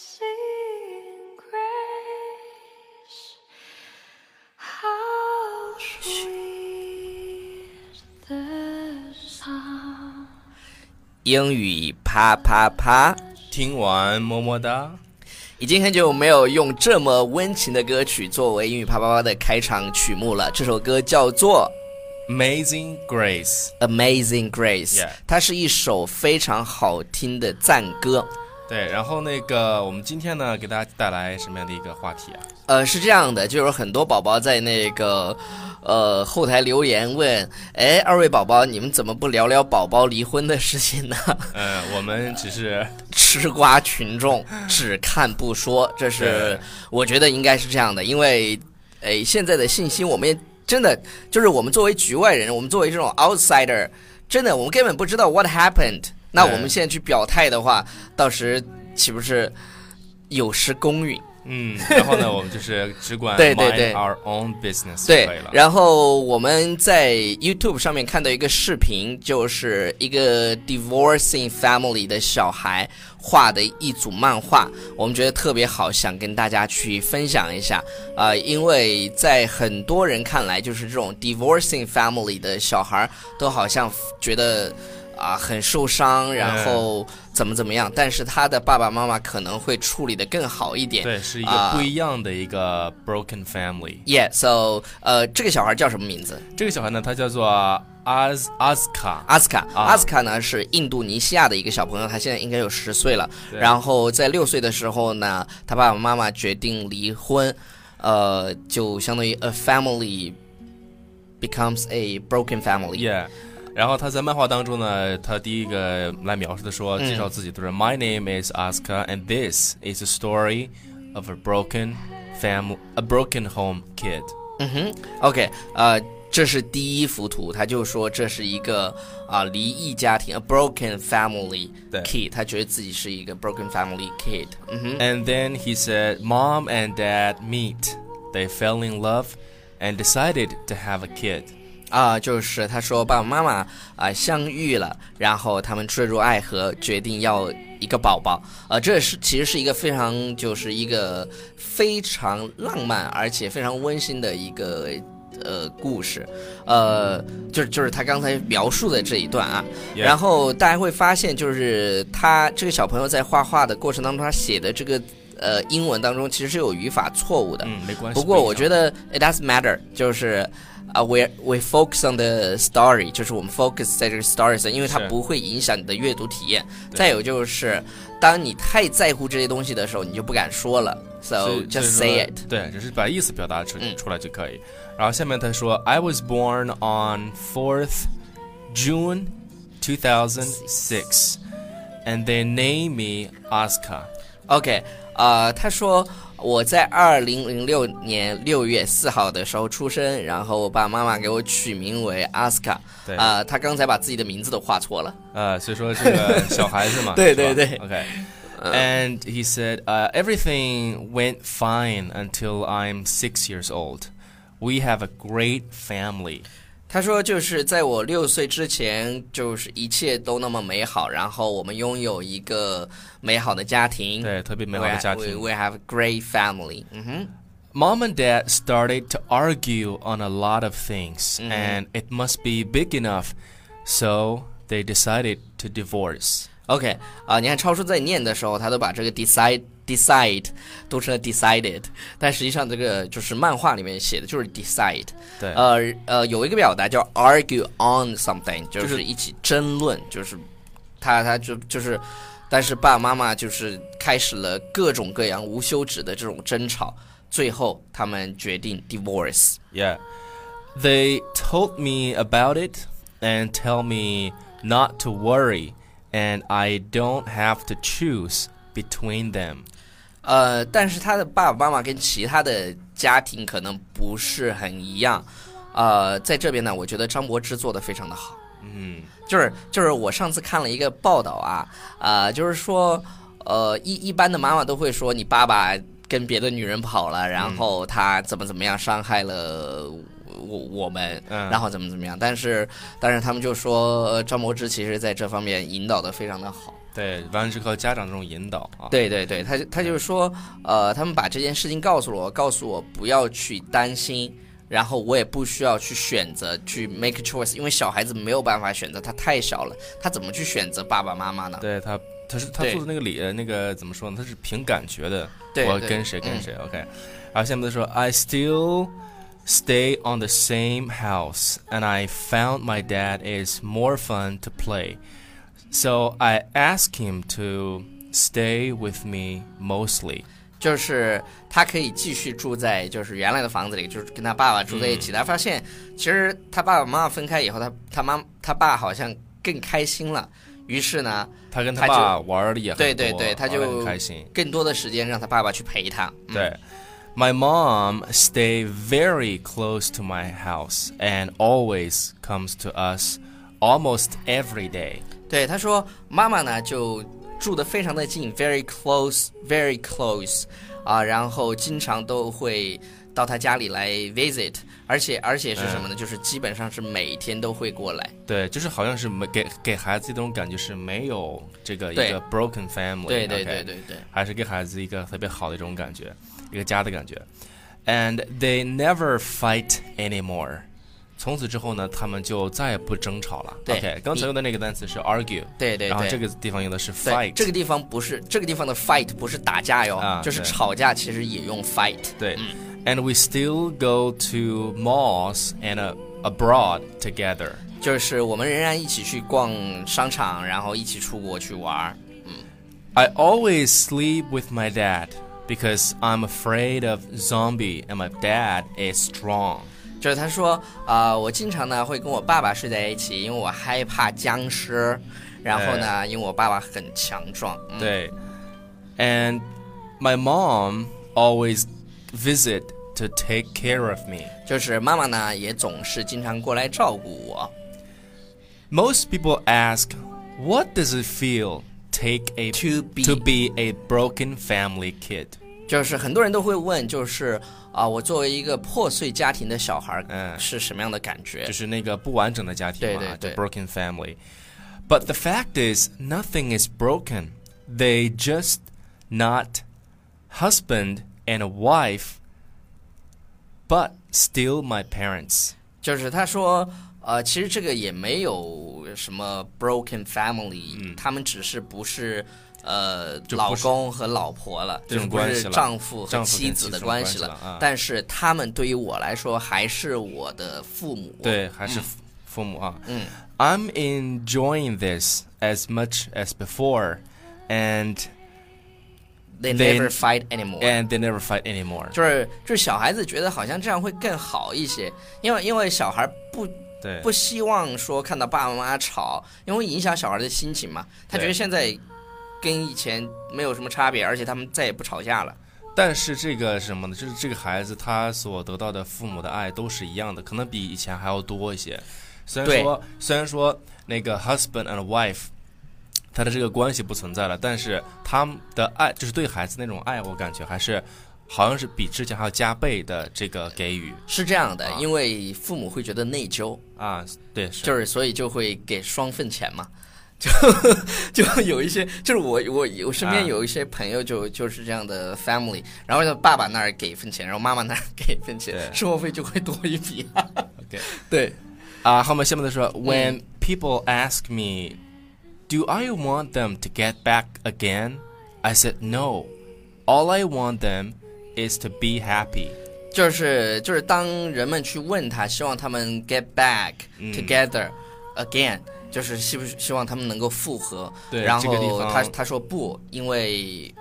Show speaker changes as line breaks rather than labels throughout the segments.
Amazing grace, how sweet the sound.
英语啪啪啪，
听完么么哒，
已经很久没有用这么温情的歌曲作为英语啪啪啪的开场曲目了。这首歌叫做
《Amazing Grace》
《Amazing Grace》
Yeah
它是一首非常好听的赞歌。
对，然后那个我们今天呢，给大家带来什么样的一个话题啊？
呃，是这样的，就有很多宝宝在那个，呃，后台留言问，哎，二位宝宝，你们怎么不聊聊宝宝离婚的事情呢？
嗯，我们只是
吃瓜群众，只看不说，这是
对
我觉得应该是这样的，因为，哎，现在的信息我们也真的就是我们作为局外人，我们作为这种 outsider，真的我们根本不知道 what happened。那我们现在去表态的话，到时岂不是有失公允？
嗯，然后呢，我们就是只管
对对对
mind our own business 就
对
可以了。
然后我们在 YouTube 上面看到一个视频，就是一个 divorcing family 的小孩画的一组漫画，我们觉得特别好，想跟大家去分享一下。啊，因为在很多人看来，就是这种 divorcing family 的小孩儿都好像觉得。啊，很受伤，然后怎么怎么样？但是他的爸爸妈妈可能会处理的更好一点。
对，是一个
啊
不一样的一个 broken family。
，Yeah，so，呃，这个小孩叫什么名字？
这个小孩呢，他叫做 Az Azka，
阿斯卡，
啊
阿斯卡呢是印度尼西亚的一个小朋友，他现在应该有十岁了。
对
然后在六岁的时候呢，他爸爸妈妈决定离婚，呃，就相当于 a family becomes a broken family。
Yeah，然后他在漫画当中呢，他第一个来描述的说，
嗯
介绍自己都是 My name is Asuka, and this is a story of a broken family, a broken home kid。
嗯哼，OK，呃，这是第一幅图，他就说这是一个啊、离异家庭，a broken family
对
kid，他觉得自己是一个 broken family kid。嗯哼。
And then he said, Mom and Dad meet. They fell in love and decided to have a kid.
啊、就是他说爸爸妈妈啊、相遇了，然后他们坠入爱河，决定要一个宝宝。呃，这是其实是一个非常就是一个非常浪漫而且非常温馨的一个呃故事，呃，就是就是他刚才描述的这一段啊。
Yeah.
然后大家会发现，就是他这个小朋友在画画的过程当中，他写的这个呃英文当中其实是有语法错误的。
嗯，没关系。
不过我觉
得，
得 it doesn't matter，就是啊、w e we focus on the story，就是我们 focus 在这个 story 上，因为它
是
不会影响你的阅读体验。
对
再有就是，当你太在乎这些东西的时候，你就不敢说了。So
所以
just
所以
say
说
it。
对，只是把意思表达出
嗯
出来就可以。然后下面他说，I was born on 4th June 2006, and they named me Asuka.
OK，呃，他说我在二零零六年六月四号的时候出生，然后我爸爸妈妈给我取名为阿斯卡。
对
啊，他刚才把自己的名字都画错了。
呃，所以说这个小孩子 嘛，
对
是吧
对对
OK. And he said, uh, everything went fine until I'm six years old. We have a great family.
他说，就是在我六岁之前，就是一切都那么美好，然后我们拥有一个美好的家庭，
对，特别美好的家
We,
庭。
we have a great family。嗯哼，
Mom and Dad started to argue on a lot of things, and it must be big enough, so they decided to divorce.
OK，啊、你看超叔在念的时候，他都把这个 decide decide 读成了 decided，但实际上这个就是漫画里面写的就是 decide。
对
呃呃，有一个表达叫 argue on something，就
就是
是一起争论，就是他他就就是，但是爸爸妈妈就是开始了各种各样无休止的这种争吵，最后他们决定 divorce。
Yeah. They told me about it and tell me not to worry and I don't have to choose between them.
呃，但是他的爸爸妈妈跟其他的家庭可能不是很一样。呃，在这边呢，我觉得张柏芝做的非常的好。
嗯，
就是就是我上次看了一个报道啊，啊，就是说，呃，一一般的妈妈都会说你爸爸跟别的女人跑了，然后他怎么怎么样伤害了我我们，
嗯
然后怎么怎么样。但是但是他们就说，呃张柏芝其实在这方面引导的非常的好。
对，完了之后家长这种引导啊，
对对对，他他就是说，呃，他们把这件事情告诉了我，告诉我不要去担心，然后我也不需要去选择去 make a choice，因为小孩子没有办法选择，他太小了，他怎么去选择爸爸妈妈呢？
对他，他是他
对
做的那个理，呃那个怎么说呢？他是凭感觉的，
对
我
对
跟谁跟
嗯
谁。OK，然后下面他说，I still stay on the same house, and I found my dad is more fun to play, so I asked him to stay with me mostly.
就是他可以继续住在就是原来的房子里，就是跟他爸爸住在一
嗯
起。他发现其实他爸爸妈妈分开以后，他他妈他爸好像更开心了，于是呢，
他跟
他就
爸玩的也很
对对
多
对他
玩得很
就
开心。
更多的时间让他爸爸去陪他。嗯、
My mom stay very close to my house and always comes to us almost every day.
对，他说妈妈呢就住的非常的近，very close，very close，啊，然后经常都会到他家里来 visit，而且而且是什么呢？就是基本上是每天都会过来。
对，就是好像是没给给孩子一种感觉是没有这个
对。
一个 broken family，
对对对对对。
And they never fight anymore. 从此之后呢，他们就再也不争吵了。
对，你-
OK，刚才用的那个单词是 argue，
对对对，
然后这个地方用的是
对
fight，
这个地方不是这个地方的 fight 不是打架哟，
啊
就是
对
吵架，其实也用 fight。
对，and we still go to malls and uh, abroad together。
就是我们仍然一起去逛商场，然后一起出国去玩儿。
I always sleep with my dad because I'm afraid of zombie and my dad is strong。
就是他说啊、呃我经常呢会跟我爸爸睡在一起，因为我害怕僵尸。然后
哎
呢，因为我爸爸很强壮。嗯、
And my mom always visit to take care of me。
就是妈妈呢也总是经常过来照顾我。
Most people ask, what does it feel take a
To be-
to be a broken family kid？
就是很多人都会问，就是啊、我作为一个破碎家庭的小孩儿，
嗯
是什么样的感觉？
就是那个不完整的家庭嘛，
对对对
就 broken family。But the fact is, nothing is broken. They just not husband and wife, but still my parents.
就是他说，呃，其实这个也没有什么 broken family，、他们只是不是呃
嗯就
老
不是
公和老婆了，
这种
就是不
关系
是
了
丈夫和
丈夫跟
妻
妻
子
子
的
的
关
关
系
系
了。
了啊
但是他们对于我来说还是我的父母。，
对，还是父母啊。
嗯。
I'm enjoying this as much as before, and
，they
they-
never fight anymore。
and they never fight anymore.
就是就是小孩子觉得好像这样会更好一些，因为因为小孩不
对，
不希望说看到爸爸妈妈吵，因为会影响小孩的心情嘛。他
对
觉得现在跟以前没有什么差别，而且他们再也不吵
啊
架了。
但是这个什么呢？就是这个孩子他所得到的父母的爱都是一样的，可能比以前还要多一些。虽然
对
说虽然说那个 husband and wife，他的这个关系不存在了，但是他们的爱就是对孩子那种爱，我感觉还是好像是比之前还要加倍的这个给予
是这样的，
啊
因为父母会觉得内疚，
啊。对，是
就是所以就会给双份钱嘛，就 就有一些，就是我我我身边
啊
有一些朋友就就是这样的 family，然后呢爸爸那儿给一份钱，然后妈妈那儿给一份钱，
对
生活费就会多一笔、啊
OK
对，
啊。后面下面的说，When people ask me, do I want them to get back again? I said no. All I want them is to be happy.
就是就是当人们去问他，希望他们 get back
嗯
together again，、就是希不希望他们能够复合。
对
然
这个地
后
方
他他说不，因为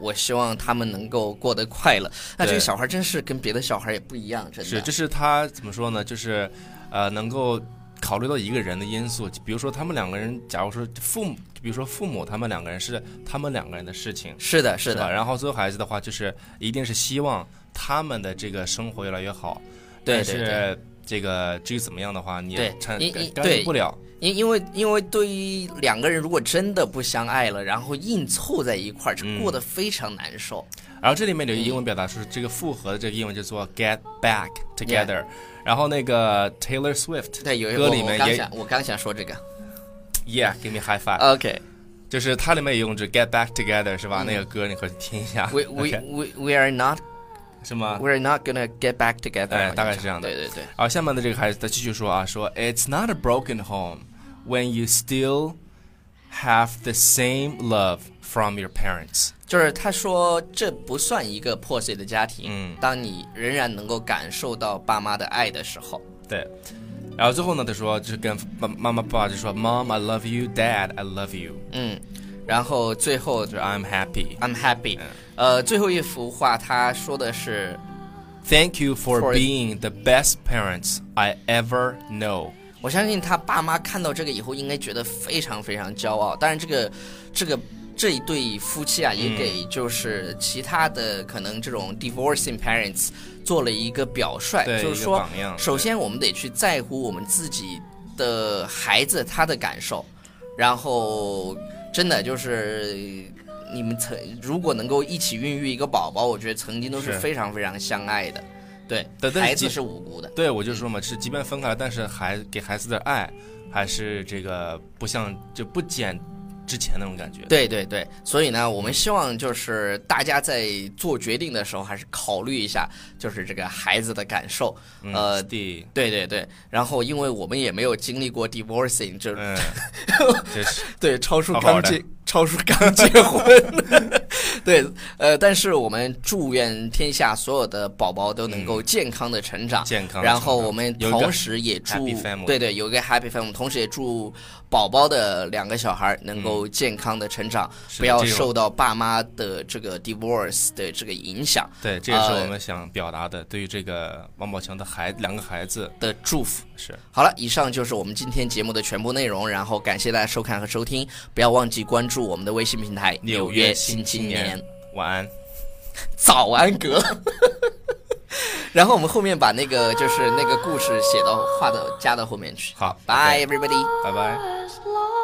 我希望他们能够过得快乐。那这
对
个小孩真是跟别的小孩也不一样，真的。
是，这是他怎么说呢？就是，呃，能够考虑到一个人的因素，比如说他们两个人，假如说父母，比如说父母，他们两个人是他们两个人的事情，
是的，是
吧
的，
然后最后孩子的话，就是一定是希望他们的这个生活越来越好，
对对
但是
对
这个至于怎么样的话，你也
对
参
因
干
因
干预
对
不了，
因因为因为对于两个人如果真的不相爱了，然后硬凑在一块儿，
嗯
就过得非常难受。
然后这里面有
嗯
一个英文表达是这个复合的这个英文叫做 get back together，、然后那个 Taylor Swift
对，有一
歌
我
里面
我刚
也
想我刚想说这 个
yeah，give me high five，、
，OK，
就是它里面也用这 get back together 是吧？那个歌你可以听一下
嗯 we we
OK，
we we are not
是吗？
we are not gonna get back together，
哎
好像
大概是这样的
对对对，
然后下面的这个还是他继续说啊，说 It's not a broken home when you still have the same love from your parents。
就是他说这不算一个破碎的家庭，
嗯
当你仍然能够感受到爸妈的爱的时候，
对，然后最后呢，他说就是跟爸妈妈爸爸就说 Mom I love you, Dad I love you，
嗯，然后最后
就是 I'm happy。
I'm happy，呃，
嗯
最后一幅画他说的是
Thank you for,
For-
being the best parents I ever know。
我相信他爸妈看到这个以后，应该觉得非常非常骄傲。当然，这个这个这一对夫妻啊，也给就是其他的可能这种 divorcing parents 做了一个表率，
对
就
一
是
个
说
榜啊样，对
首先我们得去在乎我们自己的孩子他的感受，然后真的就是。你们曾如果能够一起孕育一个宝宝，我觉得曾经都是
是
非常非常相爱的，对，
但但是
孩子
即
是无辜的，
对，我就说嘛，是即便分开了，但是还给孩子的爱还是这个不像就不减之前那种感觉。
对对对，所以呢，我们希望就是大家在做决定的时候，还是考虑一下，就是这个孩子的感受。
嗯，
呃
对，
对对对，然后因为我们也没有经历过 divorcing，就是、
嗯，这是
对超叔
好好
刚
的
结 超叔刚结婚， 对，呃，但是我们祝愿天下所有的宝宝都能够健康的成长，
嗯健康的
然
成
后
长
我们
有一个
同时也祝
happy family
对对有一个 happy family，同时也祝宝宝的两个小孩能够健康的成长，
嗯是
不要
这种
受到爸妈的这个 divorce 的这个影响
对，这也是
呃
我们想表达的，对于这个王宝强的孩两个孩子
的祝福。
是。
好了，以上就是我们今天节目的全部内容，然后感谢大家收看和收听，不要忘记关注我们的微信平台《纽约新青年》。
晚安。
早安哥。 然后我们后面把那个就是那个故事写到画到加到后面去。
好
，Bye everybody。
拜拜。
as long